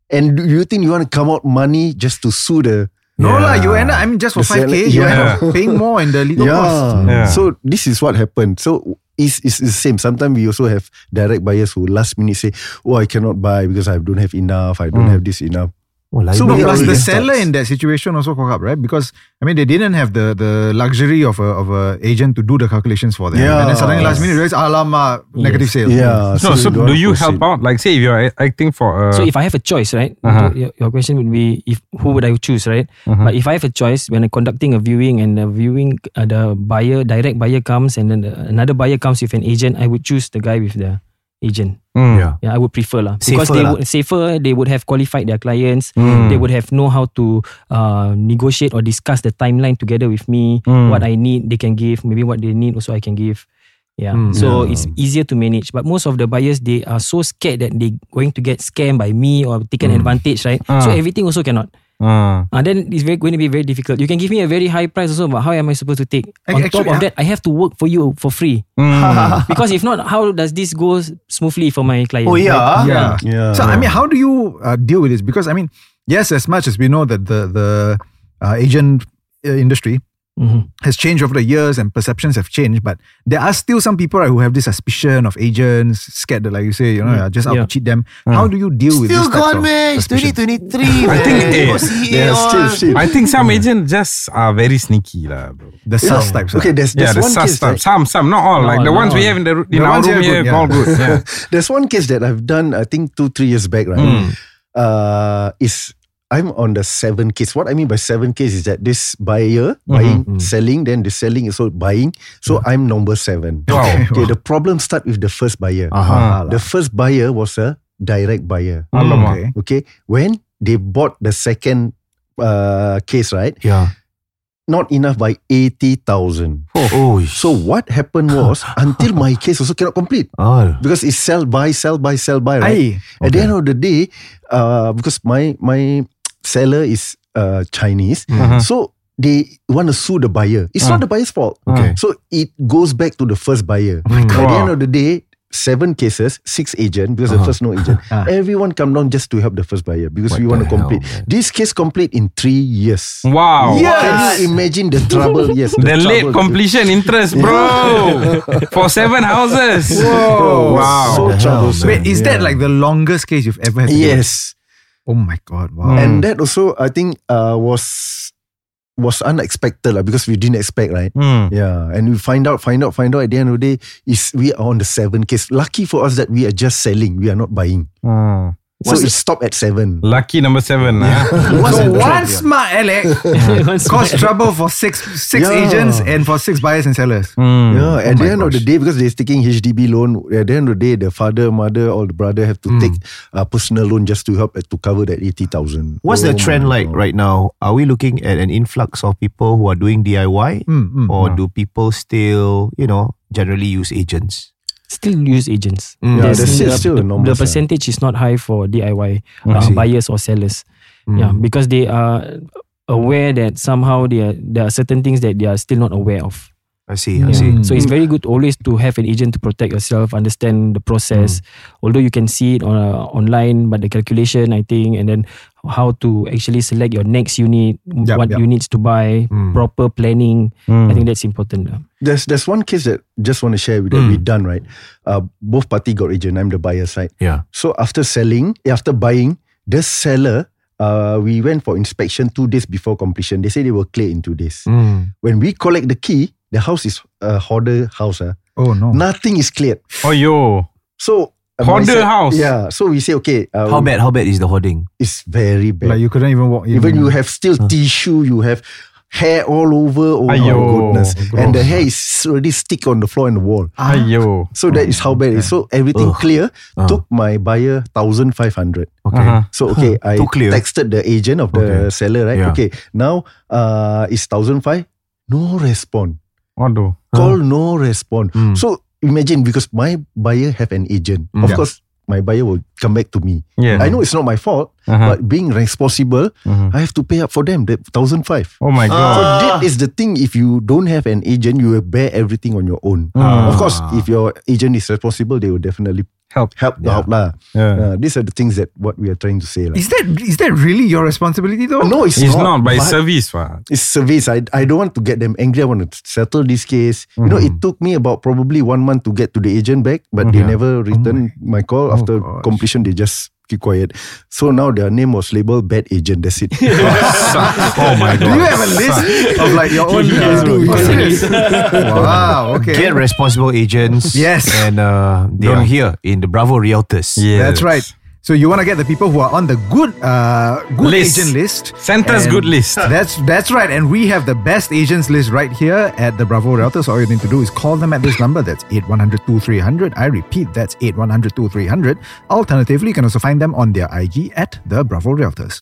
Speaker 9: And do you think you want to come out money just to sue the?
Speaker 6: No lah. You end up. I mean, just for
Speaker 9: The
Speaker 6: five k,
Speaker 9: salad-
Speaker 6: you
Speaker 9: yeah.
Speaker 6: end up paying more in the legal cost.
Speaker 7: Yeah.
Speaker 9: So this is what happened. So it's, it's the same. Sometimes we also have
Speaker 7: Hmm.
Speaker 9: direct buyers who last minute say, "Oh, I cannot buy because I don't have enough. I don't have this enough."
Speaker 3: Oh,
Speaker 6: So
Speaker 3: library
Speaker 6: plus the
Speaker 3: of
Speaker 6: seller
Speaker 3: texts.
Speaker 6: in that situation also cock up, right? Because I mean they didn't have the the luxury of a of a agent to do the calculations for them.
Speaker 9: Yeah.
Speaker 6: And then suddenly last
Speaker 9: Yes.
Speaker 6: minute realize alamak, negative sales.
Speaker 9: Yeah.
Speaker 7: Hmm. No, so
Speaker 9: don't
Speaker 7: do you help
Speaker 9: proceed.
Speaker 7: out? Like, say if you're a- acting for uh, a
Speaker 10: so if I have a choice, right?
Speaker 7: Uh-huh.
Speaker 10: Your, your question would be if who would I choose, right? But
Speaker 7: Uh-huh.
Speaker 10: if I have a choice when I'm conducting a viewing and the viewing uh, the buyer direct buyer comes and then the, another buyer comes with an agent, I would choose the guy with the agent.
Speaker 7: Mm.
Speaker 3: Yeah.
Speaker 10: Yeah, I would prefer lah because
Speaker 3: Safer
Speaker 10: they
Speaker 3: lah.
Speaker 10: would safer. They would have qualified their clients.
Speaker 7: Mm.
Speaker 10: They would have know how to uh, negotiate or discuss the timeline together with me.
Speaker 7: Mm.
Speaker 10: What I need, they can give. Maybe what they need, also I can give. Yeah,
Speaker 3: Mm.
Speaker 10: so it's easier to manage. But most of the buyers, they are so scared that they going to get scammed by me or taken advantage, right? So
Speaker 7: Ah.
Speaker 10: everything also cannot.
Speaker 7: Ah.
Speaker 10: And then it's very, going to be very difficult. You can give me a very high price also, but how am I supposed to take?
Speaker 6: Ac-
Speaker 10: On
Speaker 6: actually,
Speaker 10: top of
Speaker 6: ah-
Speaker 10: that, I have to work for you for free.
Speaker 7: Mm.
Speaker 10: because if not, how does this go smoothly for my client?
Speaker 3: Oh, yeah.
Speaker 10: Like,
Speaker 6: Yeah.
Speaker 9: Yeah.
Speaker 6: So I mean, how do you uh, deal with this? Because I mean, yes, as much as we know that the the uh, agent uh, industry
Speaker 10: Mhm.
Speaker 6: has changed over the years and perceptions have changed, but there are still some people right, who have this suspicion of agents, scared that, like you say, you know, are just out to
Speaker 10: Yeah.
Speaker 6: cheat them. How do you deal with this?
Speaker 3: Still
Speaker 6: types
Speaker 3: gone,
Speaker 6: of
Speaker 3: man. It's
Speaker 6: suspicions?
Speaker 3: 2023.
Speaker 7: I think,
Speaker 3: man.
Speaker 7: eh,
Speaker 3: Got CA
Speaker 9: Yeah,
Speaker 3: all.
Speaker 9: still, still.
Speaker 7: I think some agents just are very sneaky, lah, bro.
Speaker 6: The
Speaker 9: Yeah.
Speaker 6: sus types.
Speaker 9: Okay,
Speaker 6: right?
Speaker 9: there's,
Speaker 7: yeah,
Speaker 9: there's
Speaker 7: the
Speaker 9: one
Speaker 7: sus
Speaker 9: case.
Speaker 7: stuff.
Speaker 9: right?
Speaker 7: Some, some, not all.
Speaker 10: Not
Speaker 7: like the
Speaker 10: all,
Speaker 7: ones
Speaker 10: not all.
Speaker 7: we have in the,
Speaker 6: The
Speaker 7: in our
Speaker 6: ones
Speaker 7: room
Speaker 6: here
Speaker 7: here,
Speaker 6: are good,
Speaker 7: all
Speaker 6: yeah.
Speaker 7: good. Yeah.
Speaker 9: There's one case that I've done, I think two, three years back, right?
Speaker 7: Mm.
Speaker 9: Uh, is I'm on the seven case. What I mean by seven case is that this
Speaker 7: Hmm,
Speaker 9: buyer buying, selling, then the selling is also buying. So I'm number seven.
Speaker 7: Oh, Wow.
Speaker 9: Okay, the problem start with the first buyer.
Speaker 7: Ah.
Speaker 9: The first buyer was a direct buyer.
Speaker 6: Okay.
Speaker 7: Alamak.
Speaker 9: Okay, when they bought the second uh, case, right?
Speaker 3: Yeah.
Speaker 9: Not enough by eighty thousand.
Speaker 3: Oh,
Speaker 9: So what happened was until my case also cannot complete
Speaker 3: Oh.
Speaker 9: because it's sell buy sell buy sell buy
Speaker 6: Aye.
Speaker 9: right. At the end of the day, uh, because my my seller is uh, Chinese,
Speaker 7: Mhm.
Speaker 9: so they want to sue the buyer. It's not the buyer's fault.
Speaker 3: Okay.
Speaker 9: So it goes back to the first buyer. At the
Speaker 7: Mm, Wow.
Speaker 9: end of the day, seven cases, six agent because the first no agent.
Speaker 6: Ah.
Speaker 9: Everyone come down just to help the first buyer because
Speaker 3: What
Speaker 9: we
Speaker 3: the
Speaker 9: want to
Speaker 3: hell,
Speaker 9: complete
Speaker 3: man.
Speaker 9: this case complete in three years.
Speaker 7: Wow.
Speaker 9: Can you imagine the trouble? Yes,
Speaker 7: The, late
Speaker 9: trouble.
Speaker 7: completion interest, bro. for seven houses.
Speaker 6: Whoa.
Speaker 7: Wow.
Speaker 9: So
Speaker 3: What the hell,
Speaker 9: troublesome.
Speaker 6: Wait, is that like the longest case you've ever had? to deal with?
Speaker 9: Yes.
Speaker 6: Oh my god! Wow.
Speaker 9: and that also I think uh, was was unexpected lah because we didn't expect right.
Speaker 7: Mm.
Speaker 9: Yeah, and we find out, find out, find out. At the end of the day, is we are on the seven case. Lucky for us that we are just selling, we are not buying.
Speaker 7: Mm.
Speaker 9: so it stopped at seven.
Speaker 7: Lucky number seven. ah.
Speaker 6: so one smart Alec
Speaker 10: Once
Speaker 6: caused trouble for six six
Speaker 9: Yeah.
Speaker 6: agents and for six buyers and sellers.
Speaker 7: Mm.
Speaker 9: Yeah,
Speaker 6: my
Speaker 9: at the end of
Speaker 6: gosh.
Speaker 9: the day, because they're taking HDB loan, at the end of the day, the father, mother, or the brother have to take a personal loan just to help uh, to cover that eighty thousand.
Speaker 3: What's the trend like right now? Are we looking at an influx of people who are doing DIY?
Speaker 6: Mm, mm.
Speaker 3: Or do people still, you know, generally use agents?
Speaker 10: Still use agents.
Speaker 3: Mm.
Speaker 9: Yeah,
Speaker 10: There's
Speaker 9: that's
Speaker 10: still-
Speaker 9: still, still
Speaker 10: the,
Speaker 9: enormous.
Speaker 10: the
Speaker 9: lah.
Speaker 10: percentage is not high for DIY
Speaker 3: I
Speaker 10: uh,
Speaker 3: see.
Speaker 10: buyers or sellers. Yeah, because they are aware that somehow they are, there are certain things that they are still not aware of.
Speaker 3: I see,
Speaker 10: Yeah.
Speaker 3: I see.
Speaker 6: Mm.
Speaker 10: So it's very good always to have an agent to protect yourself, understand the process.
Speaker 6: Mm.
Speaker 10: Although you can see it on uh, online, but the calculation, I think, and then how to actually select your next unit,
Speaker 6: Yup, yup.
Speaker 10: what
Speaker 6: Mm.
Speaker 10: units to buy, proper planning. I think that's important. lah.
Speaker 9: There's there's one case that just want to share with that we done right. Uh, both party got agent. I'm the buyer side.
Speaker 3: Yeah.
Speaker 9: So after selling, eh, after buying, the seller, uh, we went for inspection two days before completion. They say they were clear in two days. When we collect the key, the house is a hoarder house. ah.
Speaker 6: Oh no!
Speaker 9: Nothing is cleared.
Speaker 7: Oh, yo.
Speaker 9: So uh,
Speaker 7: Hoarder
Speaker 9: myself-
Speaker 7: house.
Speaker 9: Yeah. So we say okay. Uh,
Speaker 3: How bad, how bad is the hoarding?
Speaker 9: It's very bad.
Speaker 6: Like you couldn't even walk. In.
Speaker 9: Even you
Speaker 3: mm.
Speaker 9: have still tissue, you have hair all over. Oh my
Speaker 7: Aiyo,
Speaker 9: goodness. And
Speaker 3: Oh.
Speaker 9: the
Speaker 7: gross.
Speaker 9: hair is already stick on the floor and the wall.
Speaker 7: Ayo.
Speaker 9: So that is how bad it is. So everything
Speaker 3: Ugh.
Speaker 9: clear
Speaker 3: Ah.
Speaker 9: took my buyer 1500
Speaker 3: Okay.
Speaker 7: Uh-huh.
Speaker 9: so okay, I
Speaker 3: Too clear.
Speaker 9: texted the agent of the seller, right?
Speaker 3: Yeah.
Speaker 9: Okay, now uh, it's thousand five, no respond.
Speaker 7: Aduh.
Speaker 9: Call no respond.
Speaker 3: Mm.
Speaker 9: So imagine because my buyer have an agent.
Speaker 3: Mm.
Speaker 9: Of
Speaker 3: Yeah.
Speaker 9: course, my buyer will come back to me.
Speaker 7: Yeah.
Speaker 9: I know it's not my fault,
Speaker 7: Uh-huh.
Speaker 9: but being responsible,
Speaker 7: Mhm.
Speaker 9: I have to pay up for them the thousand five.
Speaker 7: Oh my
Speaker 9: So
Speaker 7: god.
Speaker 9: that is the thing. If you don't have an agent, you will bear everything on your own.
Speaker 7: Ah.
Speaker 9: Of course, if your agent is responsible, they will definitely
Speaker 7: Help.
Speaker 9: help
Speaker 7: Yeah.
Speaker 9: out lah.
Speaker 7: Yeah.
Speaker 9: Uh, these are the things that what we are trying to say lah.
Speaker 6: Is that is that really your responsibility though?
Speaker 9: no, it's,
Speaker 7: It's not
Speaker 9: not.
Speaker 7: by
Speaker 9: but
Speaker 7: service, what?
Speaker 9: It's service. I I don't want to get them angry. I want to settle this case. You know, it took me about probably one month to get to the agent back, but they never returned my call after
Speaker 6: gosh.
Speaker 9: completion. They just keep quiet. So now their name was labeled bad agent. That's it.
Speaker 7: oh my
Speaker 6: Do
Speaker 7: god.
Speaker 6: you have a list of like your own?
Speaker 9: Yes, do, yes.
Speaker 6: yes. wow. Okay.
Speaker 3: Get responsible agents.
Speaker 6: Yes.
Speaker 3: And uh, they
Speaker 7: Yeah.
Speaker 3: are here in the Bravo Realtors.
Speaker 7: Yes.
Speaker 6: That's right. So you want to get the people who are on the good uh, good
Speaker 7: List.
Speaker 6: agent list.
Speaker 7: Send us
Speaker 6: And
Speaker 7: good list.
Speaker 6: That's that's right. And we have the best agents list right here at the Bravo Realtors. All you need to do is call them at this number. That's 8100-2300. I repeat, that's 8100-2300. Alternatively, you can also find them on their IG at the Bravo Realtors.